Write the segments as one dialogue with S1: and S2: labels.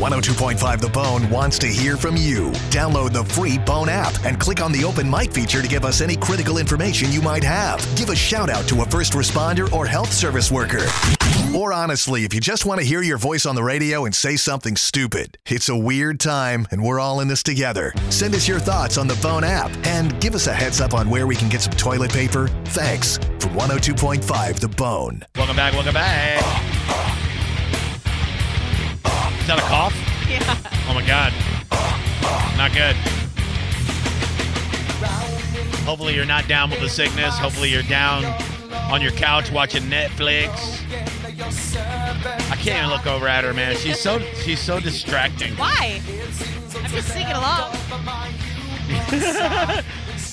S1: 102.5 The Bone wants to hear from you. Download the free Bone app and click on the open mic feature to give us any critical information you might have. Give a shout out to a first responder or health service worker. Or honestly, if you just want to hear your voice on the radio and say something stupid, it's a weird time and we're all in this together. Send us your thoughts on the Bone app and give us a heads up on where we can get some toilet paper. Thanks from 102.5 The Bone.
S2: Welcome back, welcome back. Is that a cough?
S3: Yeah.
S2: Oh my god. Not good. Hopefully you're not down with the sickness. Hopefully you're down on your couch watching Netflix. I can't even look over at her, man. She's so she's so distracting.
S3: Why? I'm just singing along.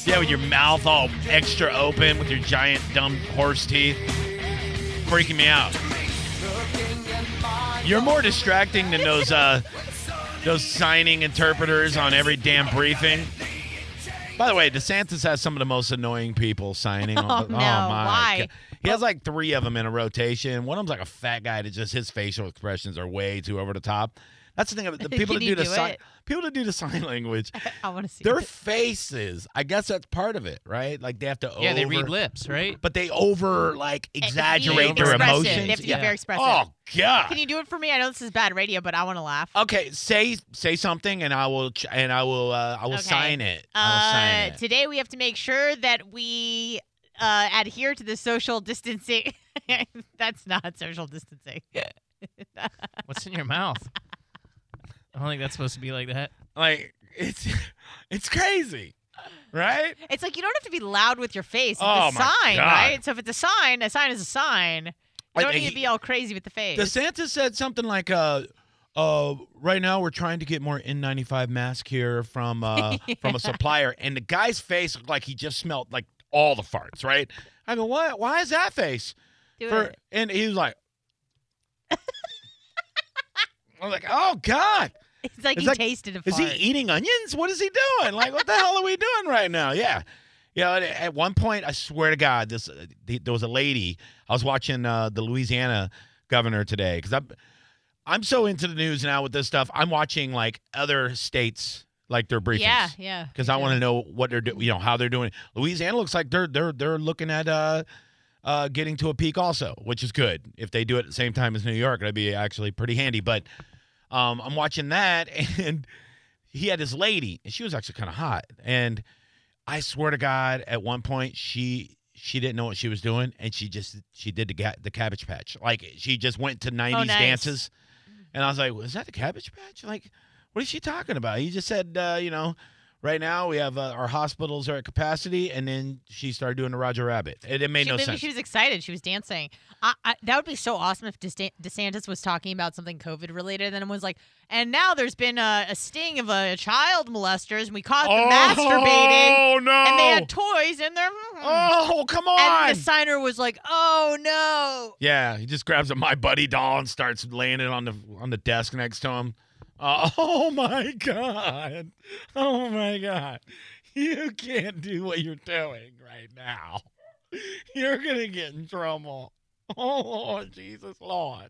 S2: Yeah, with your mouth all extra open with your giant dumb horse teeth. Freaking me out. You're more distracting than those uh those signing interpreters on every damn briefing. By the way, DeSantis has some of the most annoying people signing. on
S3: Oh,
S2: the-
S3: no.
S2: my
S3: Why?
S2: God. He has like three of them in a rotation. One of them's like a fat guy that just his facial expressions are way too over the top. That's the thing about the people
S3: Can
S2: that
S3: he
S2: do the
S3: do
S2: sign
S3: it?
S2: people that do the sign language.
S3: I want to see.
S2: Their
S3: it.
S2: faces. I guess that's part of it, right? Like they have to.
S4: Yeah,
S2: over,
S4: they read lips, right?
S2: but they over like
S3: be
S2: exaggerate their
S3: expressive.
S2: emotions.
S3: They have to be
S2: Yeah.
S3: very expressive.
S2: Oh god. Oh,
S3: Can you do it for me? I know this is bad radio, but I want to laugh.
S2: okay, say say something, and I will ch- and I will uh, I will
S3: Okay.
S2: sign it. I'll sign
S3: Uh,
S2: it.
S3: today we have to make sure that we uh, adhere to the social distancing. That's not social distancing.
S4: What's in your mouth? I don't think that's supposed to be like that.
S2: like it's it's crazy, right?
S3: It's like you don't have to be loud with your face. It's
S2: Oh, my
S3: a sign,
S2: God.
S3: right? So if it's a sign, a sign is a sign. You
S2: I
S3: don't
S2: think
S3: need to
S2: he-
S3: be all crazy with the face.
S2: DeSantis said something like, uh, uh, right now we're trying to get more N95 mask here from uh, from a supplier, and the guy's face looked like he just smelled like all the farts, right? I mean, what? Why is that face?
S3: do
S2: For,
S3: it.
S2: and he was like, I was like, oh God,
S3: It's like
S2: it's
S3: he
S2: like-
S3: tasted a
S2: is
S3: fart.
S2: he eating onions? What is he doing? Like, what the hell are we doing right now? Yeah. Yeah, at- at one point, I swear to God, this uh, th- there was a lady. I was watching uh, the Louisiana governor today because I'm I'm so into the news now with this stuff. I'm watching like other states, like their briefings
S3: yeah, yeah.
S2: because I want to know what they're doing, you know, how they're doing. it. Louisiana looks like they're they're they're looking at uh, uh, getting to a peak also, which is good. If they do it at the same time as New York, that'd be actually pretty handy. But um, I'm watching that, and he had this lady, and she was actually kind of hot. And I swear to God, at one point she she didn't know what she was doing, and she just she did the ga- the Cabbage Patch, like she just went to '90s
S3: Oh, nice.
S2: dances. And I was like, "Was that the Cabbage Patch? Like, what is she talking about?" He just said, uh, "You know, right now we have uh, our hospitals are at capacity," and then she started doing the Roger Rabbit. It, it made
S3: she,
S2: no
S3: maybe
S2: sense.
S3: she was excited. She was dancing. I, I, that would be so awesome if DeSan- DeSantis was talking about something COVID related, and then was like, "And now there's been a, a sting of a child molesters, and we caught them masturbating,
S2: Oh no!
S3: and they had toys in their." hmm."
S2: oh come on!
S3: and the signer was like, "Oh no!"
S2: yeah, he just grabs a my buddy doll and starts laying it on the on the desk next to him. Uh, oh my god! Oh my god! You can't do what you're doing right now. You're gonna get in trouble. Oh Lord, Jesus Lord.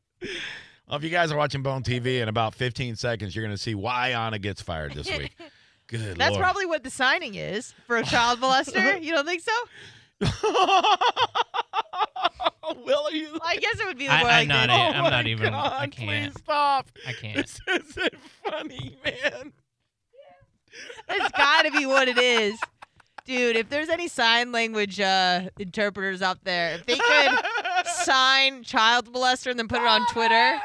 S2: Well, if you guys are watching Bone TV in about 15 seconds, you're gonna see why Anna gets fired this week. Good
S3: That's
S2: Lord.
S3: probably what the signing is for a child molester. You don't think so?
S2: Will are you?
S3: I guess it would be
S4: I-
S3: more like
S4: I'm not
S3: this.
S4: in. I'm
S2: Oh my
S4: not even-
S2: God,
S4: I can't.
S2: Please stop.
S4: I can't.
S2: This isn't funny, man.
S3: That's got to be what it is. Dude, if there's any sign language uh, interpreters out there, if they could sign child molester and then put it on Twitter,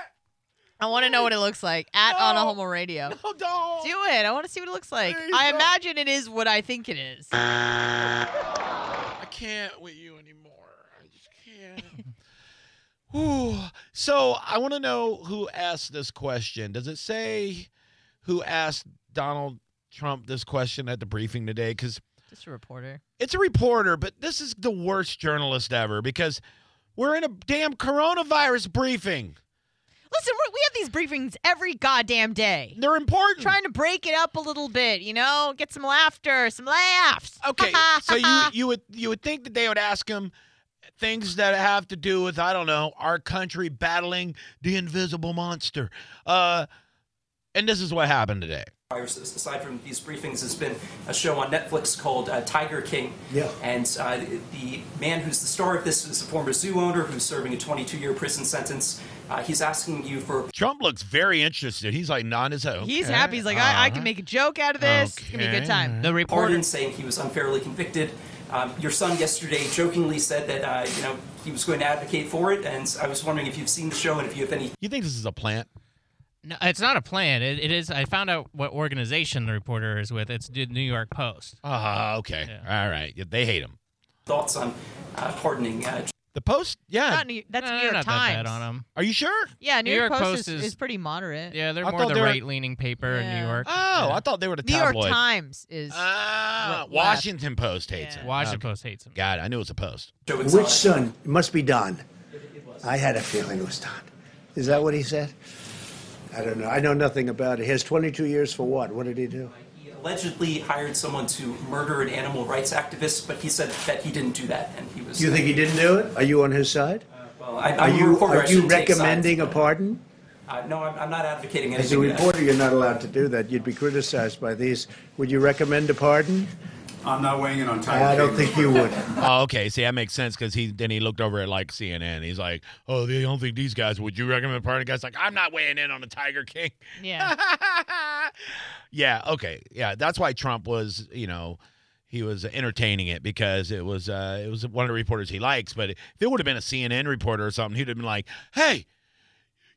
S3: I want to know what it looks like at on a
S2: No.
S3: homo radio. Do
S2: no, don't.
S3: it. I want to see what it looks like.
S2: Please
S3: I
S2: don't.
S3: imagine it is what I think it is.
S2: I can't with you anymore. I just can't. Whew. So I want to know who asked this question. Does it say who asked Donald Trump this question at the briefing today? Because
S3: Just a reporter.
S2: it's a reporter, but this is the worst journalist ever because we're in a damn coronavirus briefing.
S3: Listen, we we have these briefings every goddamn day.
S2: They're important.
S3: Trying to break it up a little bit, you know, get some laughter, some laughs.
S2: okay, so you you would you would think that they would ask him things that have to do with I don't know our country battling the invisible monster, uh, And this is what happened today.
S5: viruses. Aside from these briefings, there's been a show on Netflix called uh, Tiger King.
S6: Yeah.
S5: And uh, the man who's the star of this is a former zoo owner who's serving a 22 year prison sentence. Uh, he's asking you for
S2: Trump looks very interested. He's like nodding his head.
S3: He's
S2: Okay,
S3: happy. He's like, I, I
S2: uh-huh.
S3: can make a joke out of this. It's gonna be a
S2: Okay.
S3: good time.
S4: The
S5: pardon,
S4: reporters.
S5: saying he was unfairly convicted. Um, your son yesterday jokingly said that uh, you know he was going to advocate for it, and I was wondering if you've seen the show and if you have any
S2: You think this is a plant?
S4: No, it's not a plan. It, it is. I found out what organization the reporter is with. It's the New York Post.
S3: Uh-huh.
S2: Ah, okay. All right. Yeah, They hate him.
S5: thoughts on uh, pardoning uh,
S2: The Post? Yeah.
S3: Not New, that's
S4: No,
S3: New
S4: they're
S3: York
S4: Uh, Eh, not
S3: Times.
S4: that bad on 'em.
S2: Are you sure?
S3: Yeah, New, York, Post, is,
S4: is-
S3: is pretty moderate.
S4: Yeah, they're
S2: I
S4: more
S2: thought
S4: the
S2: they were-
S4: right-leaning paper in
S3: Yeah.
S4: New York.
S2: Oh,
S4: Yeah.
S2: I thought they were the
S3: New
S2: tabloid.
S3: York Times is.
S2: Ah,
S3: Left.
S2: Washington Post hates
S3: Yeah.
S2: him.
S4: Washington Post hates him.
S2: God, I knew it was a Post.
S5: show
S6: Which
S5: exotic?
S6: son? It must be Don. I had a feeling it was Don. Is that what he said? I don't know. I know nothing about it. He has 22 years for what? What did he do?
S5: He allegedly hired someone to murder an animal rights activist, but he said that he didn't do that, and he was.
S6: You think he didn't do it? Are you on his side?
S5: Well, I, I'm
S6: Are
S5: a
S6: you
S5: reporter, I
S6: are you
S5: shouldn't take sides.
S6: recommending a pardon?
S5: Uh, no, I'm, I'm not advocating
S6: As a
S5: anything.
S6: reporter, you're not allowed to do that. You'd be criticized by these. Would you recommend a pardon?
S7: I'm not weighing in on Tiger
S6: I don't
S7: King.
S6: think you would.
S2: Oh, okay. See, that makes sense because he then he looked over at like CNN. He's like, "Oh, they don't think these guys. Would you recommend party guys?" Like, I'm not weighing in on the Tiger King.
S3: Yeah.
S2: yeah. Okay. Yeah. That's why Trump was, you know, he was entertaining it because it was uh it was one of the reporters he likes. But if it would have been a CNN reporter or something, he'd have been like, "Hey,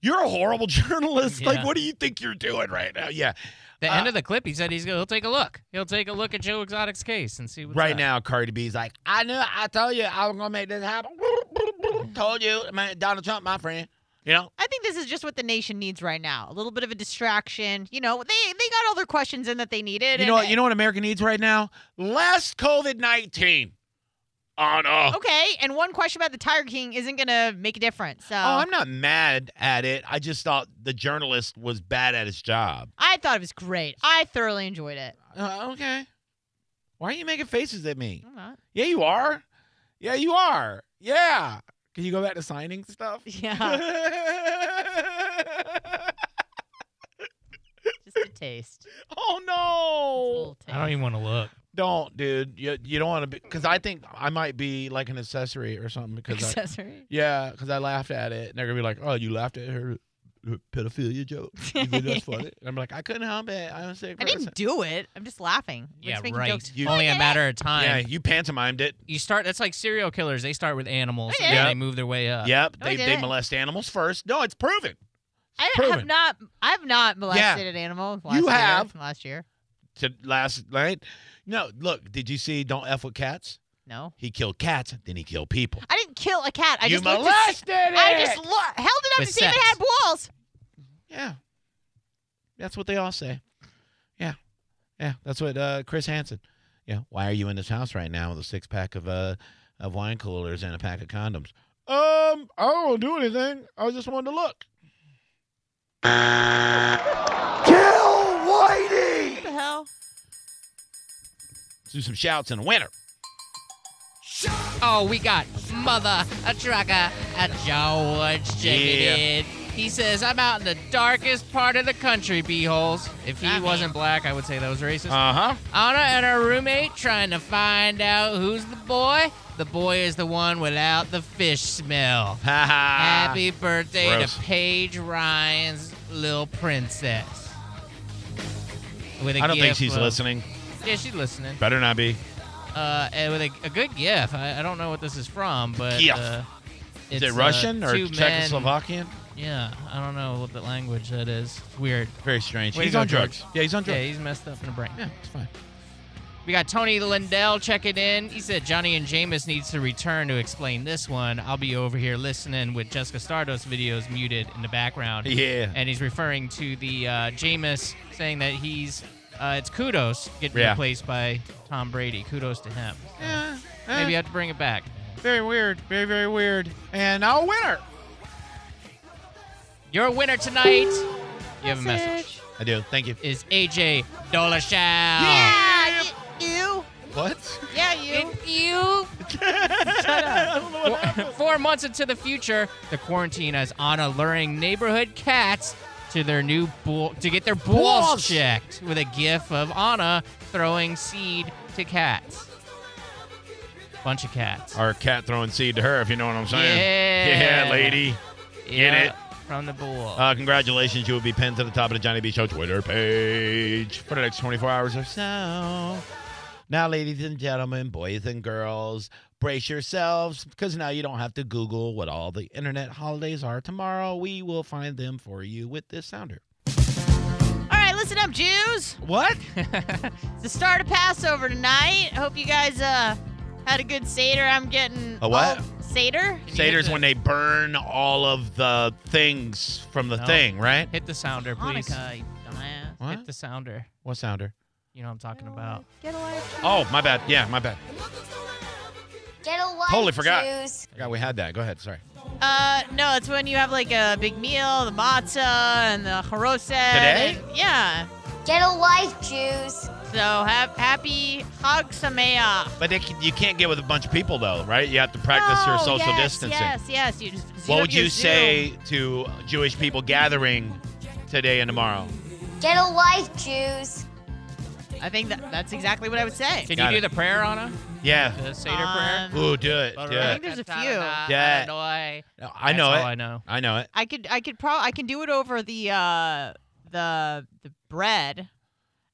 S2: you're a horrible journalist. Like,
S4: Yeah.
S2: what do you think you're doing right now?w Yeah.
S4: The
S2: Uh,
S4: end of the clip, he said he's gonna, he'll take a look. He'll take a look at Joe Exotic's case and see what's
S2: right
S4: up.
S2: now, Cardi B's like, I knew, I told you, I was gonna make this happen. told you, man, Donald Trump, my friend. You know,
S3: I think this is just what the nation needs right now. A little bit of a distraction. You know, they they got all their questions in that they
S2: you
S3: needed. and-
S2: know what, you know what America needs right now? Less COVID nineteen. Oh no.
S3: Okay, and one question about the Tiger King isn't gonna make a difference. So
S2: Oh, I'm not mad at it. I just thought the journalist was bad at his job.
S3: I thought it was great. I thoroughly enjoyed it.
S2: Uh, okay. Why are you making faces at me?
S3: I'm not.
S2: Yeah, you are. Yeah, you are. Yeah. Can you go back to signing stuff?
S3: Yeah, just a taste.
S2: oh no.
S3: Just a little
S4: I don't
S3: taste.
S4: even want to look.
S2: Don't, dude. You, you don't want to be because I think I might be like an accessory or something because I,
S3: accessory.
S2: yeah, because I laughed at it and they're gonna be like, oh, you laughed at her, her pedophilia joke. You think that's funny? And I'm like, I couldn't help it. I'm a sick
S3: I
S2: person.
S3: didn't do it. I'm just laughing. We're
S4: yeah,
S3: just making
S4: right.
S3: jokes.
S2: You-
S4: Only a matter of time.
S2: yeah, you pantomimed it.
S4: You start. That's like serial killers. They start with animals
S3: I
S4: and
S2: did.
S4: then they move their way up.
S2: yep,
S3: Uh, no, I
S2: they they
S3: didn't.
S2: molest animals first. No, it's proven.
S3: I
S2: proven.
S3: have not. I have not molested an animal. Last
S2: You
S3: year,
S2: have.
S3: last year.
S2: To last night. No, look, did you see? Don't f with cats.
S3: No,
S2: He killed cats, then he killed people.
S3: I didn't kill a cat. I
S2: you
S3: just looked to s-
S2: molested it.
S3: I just lo- held it up
S4: With
S3: to see if it
S4: sex.
S3: had balls.
S2: Yeah. That's what they all say. Yeah. Yeah. That's what uh, Chris Hansen. Yeah. Why are you in this house right now with a six pack of uh of wine coolers and a pack of condoms? Um, I don't do anything. I just wanted to look.
S3: What the hell?
S2: Let's do some shouts in the winter.
S4: Oh, we got mother a trucker a George checking
S2: Yeah.
S4: in. He says, "I'm out in the darkest part of the country, beeholes." If he
S2: Uh-huh.
S3: I mean-
S4: wasn't black, I would say that was racist.
S2: Uh huh.
S4: Anna and her roommate trying to find out who's the boy. The boy is the one without the fish smell.
S2: Ha ha.
S4: Happy birthday
S2: Ah, gross.
S4: to Paige Ryan's little princess. With a
S2: I don't think
S4: gif
S2: she's
S4: of-
S2: listening.
S4: Yeah, she's listening.
S2: Better not be.
S4: Uh, and with a, a good gif. I, I don't know what this is from, but
S2: Gif.
S4: uh,
S2: Is
S4: it's,
S2: it
S4: uh,
S2: Russian or
S4: two men-
S2: Czechoslovakian?
S4: Yeah, I don't know what the language that is. It's weird.
S2: Very strange.
S4: Way to
S2: he's
S4: go,
S2: on drugs.
S4: George.
S2: Yeah, he's on
S4: Yeah,
S2: drugs.
S4: he's messed up in the brain.
S2: Yeah, it's fine.
S4: We got Tony Lindell checking in. He said Johnny and Jameis needs to return to explain this one. I'll be over here listening with Jessica Stardust videos muted in the background.
S2: Yeah.
S4: And he's referring to the uh, Jameis saying that he's uh, it's kudos getting
S2: Yeah.
S4: replaced by Tom Brady. Kudos to him.
S2: Yeah.
S4: Maybe you have to bring it back.
S2: Uh, very weird. Very, very weird. And now a winner.
S4: Your winner tonight. You have a message.
S2: I do. Thank you.
S4: Is AJ Dolashow.
S2: Oh.
S3: Yeah, y- you.
S2: What?
S3: Yeah, you.
S4: You
S2: I don't know what happened.
S4: Four months into the future, the quarantine has Anna luring neighborhood cats to their new bull to get their balls,
S2: Balls!
S4: checked with a gif of Anna throwing seed to cats. Bunch of cats.
S2: Or cat throwing seed to her, if you know what I'm saying.
S4: Yeah.
S2: Yeah, lady. Get
S4: Yeah,
S2: it?
S4: from the bull.
S2: Uh, congratulations, you will be pinned to the top of the Johnny B Show Twitter page for the next 24 hours or so. Now, ladies and gentlemen, boys and girls, brace yourselves because now you don't have to Google what all the internet holidays are. Tomorrow, we will find them for you with this sounder.
S3: All right, listen up, Jews.
S2: What?
S3: It's the start of Passover tonight. Hope you guys uh had a good Seder. I'm getting
S2: A what?
S3: all- Seder?
S2: Seder's when they burn all of the things from the
S4: No.
S2: thing, right?
S4: Hit the sounder, please.
S3: Hanukkah, you dumbass.
S2: What?
S4: Hit the sounder.
S2: What sounder?
S4: You know what I'm talking about.
S8: Get a life.
S2: Oh, my bad. Yeah, my bad.
S8: Get a life.
S2: Totally forgot.
S8: Jews.
S2: I forgot we had that. Go ahead. Sorry.
S3: Uh, no, it's when you have like a big meal, the matzah and the haroset.
S2: Today?
S3: and- yeah.
S8: Get a life, Jews.
S3: So have happy Hag Sameach.
S2: But they, can- you can't get with a bunch of people, though, right? You have to practice your
S3: No,
S2: social
S3: Oh, yes,
S2: distancing.
S3: Yes, yes. You just zoom
S2: What
S3: up
S2: would
S3: your
S2: you
S3: Zoom.
S2: say to Jewish people gathering today and tomorrow?
S8: Get a life, Jews.
S3: I think that, that's exactly what I would say.
S4: Can
S2: Got
S4: you
S2: it.
S4: do the prayer, Anna?
S2: Yeah.
S4: The Seder
S3: Um,
S2: Ooh, do it. Do
S4: prayer?
S3: I
S2: it.
S3: think there's a few.
S2: Yeah. No, I know
S4: That's
S2: it.
S4: all I know.
S2: I know it.
S3: I could I could probably I can do it over the uh the the bread.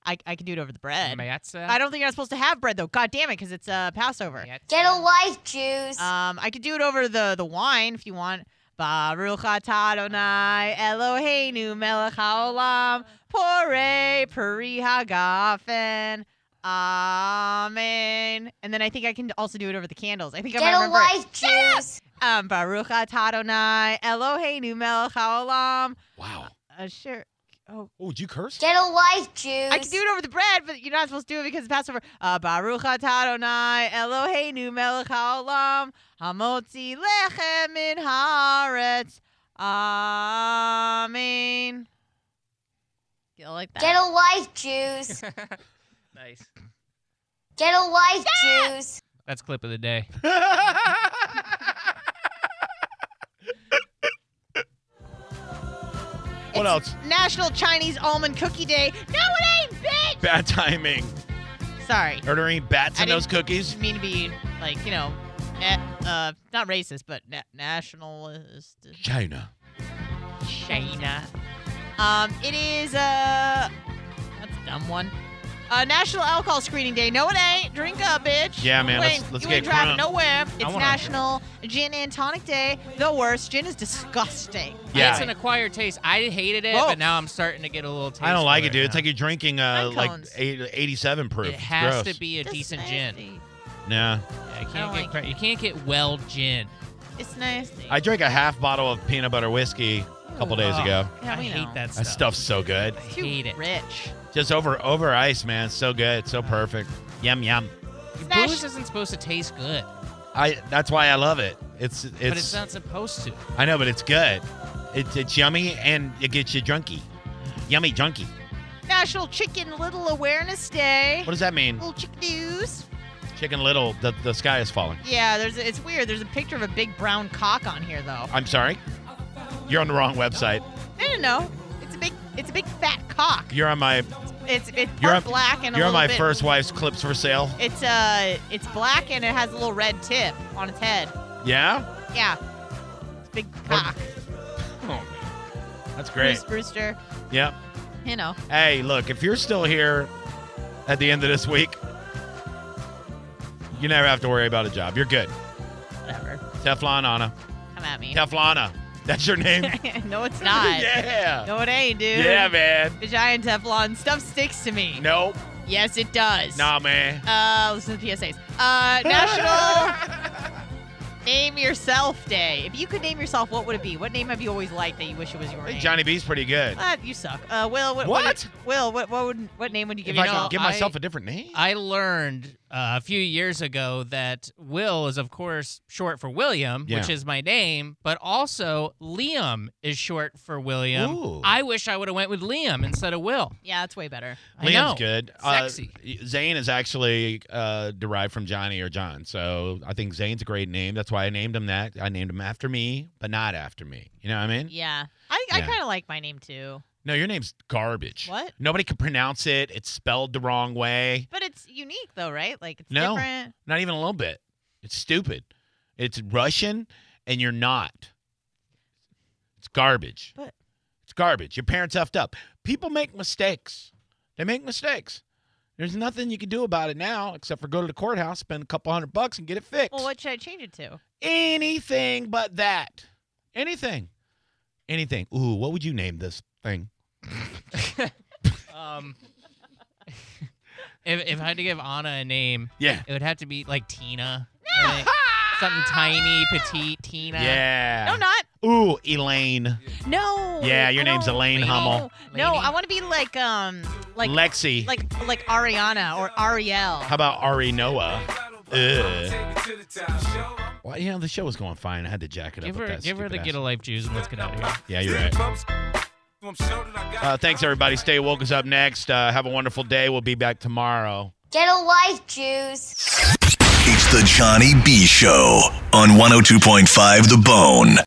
S3: I I can do it over the bread.
S4: Matzah?
S3: I don't think I'm supposed to have bread though. God damn it, because it's uh Passover.
S4: Matzah.
S8: Get a life, Jews.
S3: Um, I could do it over the the wine if you want. Baruch atah Adonai Eloheinu melech haolam pore peri hagafen. Amen. And then I think I can also do it over the candles. I think I
S8: Get
S3: might
S8: a
S3: remember. it.
S8: life, Jews.
S3: Um, Baruch atah Adonai Eloheinu melech haolam.
S2: Wow.
S3: Uh, sure. Oh,
S2: Oh, did you curse?
S8: Get a life, Jews.
S3: I can do it over the bread, but you're not supposed to do it because it's Passover. Uh, Baruch atah Adonai Eloheinu melech haolam hamotzi lechem min haaretz. Amen. You like that?
S8: Get a life, Jews.
S4: Nice.
S8: Get a life, Jews.
S4: That's clip of the day.
S2: What else?
S3: National Chinese Almond Cookie Day. No, it ain't, bitch!
S2: Bad timing.
S3: Sorry.
S2: Are there any bats
S3: I
S2: in those
S3: didn't-
S2: cookies?
S3: Didn't mean to be, like, you know, na- uh, not racist, but na- nationalist.
S2: China.
S3: China. Um, it is uh, that's a dumb one. Uh, National Alcohol Screening Day. No, it ain't. Drink up, bitch.
S2: Yeah, man,
S3: You
S2: let's-
S3: ain't-
S2: let's
S3: you
S2: get
S3: ain't driving
S2: crunk.
S3: nowhere. It's
S4: wanna-
S3: National Gin and Tonic Day. The worst. Gin is disgusting.
S2: Yeah.
S4: It's an acquired taste. I hated it,
S3: Whoa.
S4: but now I'm starting to get a little taste.
S2: I don't like
S4: for
S2: it, dude. It's
S4: now.
S2: like you're drinking uh,
S3: Pine
S2: like
S3: cones.
S2: eight- 87 proof.
S4: it
S2: It's
S4: has
S2: gross.
S4: to be a
S3: Just
S4: decent gin.
S3: nasty.
S2: Nah.
S4: Yeah, you
S3: don't
S4: can't get
S3: like
S4: cra- you can't get well gin.
S3: It's nasty.
S2: I drank a half bottle of peanut butter whiskey a couple days
S4: Ugh.
S2: ago.
S3: Yeah,
S4: I
S3: we
S4: hate
S3: know.
S4: that stuff.
S2: That stuff's so good.
S4: I
S3: It's too
S4: hate it.
S3: Rich.
S2: Just over over ice, man. So good. So perfect. Yum yum.
S3: Smash-
S4: Booze isn't supposed to taste good,
S2: I that's why I love it. It's it's,
S4: but it's not supposed to.
S2: I know, but it's good. It's it's yummy and it gets you drunky. Yummy junky.
S3: National Chicken Little Awareness Day.
S2: What does that mean?
S3: Little chicken news.
S2: Chicken little, the the sky is falling.
S3: Yeah, there's a, it's weird. There's a picture of a big brown cock on here though.
S2: I'm sorry. You're on the wrong website.
S3: No, no, no. It's a big, it's a big fat cock.
S2: You're on my
S3: It's it's
S2: you're on,
S3: part black and a
S2: You're on
S3: little
S2: my
S3: bit-
S2: first wife's clips for sale.
S3: It's uh, it's black and it has a little red tip on its head.
S2: Yeah?
S3: Yeah, it's a big cock.
S2: That's great.
S3: Roos- rooster.
S2: Yep.
S3: You know,
S2: Hey, look, if you're still here at the end of this week, you never have to worry about a job. You're good.
S3: whatever.
S2: Teflon Anna.
S3: Come at me.
S2: Teflon Anna. That's your name?
S3: no, it's not.
S2: yeah.
S3: No, it ain't, dude.
S2: Yeah, man.
S3: The giant Teflon stuff sticks to me.
S2: Nope.
S3: Yes, it does.
S2: Nah, man.
S3: Uh, listen to the PSAs. Uh, National Name Yourself Day. If you could name yourself, what would it be? What name have you always liked that you wish it was your
S2: I think
S3: name?
S2: Johnny B's pretty good.
S3: Uh, you suck. Uh, Will, what?
S2: What?
S3: Will, what? What would? What name would you give?
S2: If I
S3: yourself?
S2: could
S4: know,
S2: give
S4: I-
S2: myself a different name.
S4: I learned uh, a few years ago that Will is, of course, short for William,
S2: Yeah.
S4: which is my name, but also Liam is short for William.
S2: Ooh.
S4: I wish I would have went with Liam instead of Will.
S3: yeah, that's way better.
S4: I
S2: Liam's
S4: know.
S2: good.
S4: Sexy.
S2: Uh, Zane is actually uh, derived from Johnny or John. So I think Zane's a great name. That's why I named him that. I named him after me, but not after me. You know what I mean?
S3: Yeah, I, I
S2: Yeah.
S3: kind of like my name too.
S2: No, your name's garbage.
S3: What?
S2: Nobody can pronounce it. It's spelled the wrong way.
S3: But it's unique though, right? Like it's
S2: No.
S3: different.
S2: Not even a little bit. It's stupid. It's Russian, and you're not. It's garbage.
S3: But-
S2: It's garbage. Your parents effed up. People make mistakes. They make mistakes. There's nothing you can do about it now except for go to the courthouse, spend a couple hundred bucks, and get it fixed.
S3: Well, what should I change it to?
S2: Anything but that. Anything. Anything. Ooh, what would you name this thing?
S4: Um, if, if I had to give Anna a name,
S2: Yeah.
S4: it would have to be like Tina. I think. Something tiny, petite, Tina.
S2: Yeah.
S3: No, not
S2: Ooh, Elaine.
S3: no.
S2: Yeah, your
S3: I
S2: name's
S3: don't-
S2: Elaine
S3: no.
S2: Hummel.
S3: No,
S4: Lady.
S3: I want to be like um like
S2: Lexi.
S3: like like Ariana or Ariel.
S2: How about Ari Noah? Ugh. Well, you know, the show was going fine. I had to jack it
S4: Give
S2: up. with
S4: her,
S2: that
S4: give her the
S2: stupid
S4: get a
S2: ass.
S4: life juice and let's get out of here.
S2: Yeah, you're right. Uh, thanks, everybody. Stay woke is up next. Uh, have a wonderful day. We'll be back tomorrow.
S8: Get a life, Jews.
S1: oh It's the Johnny B Show on 102.5 The Bone.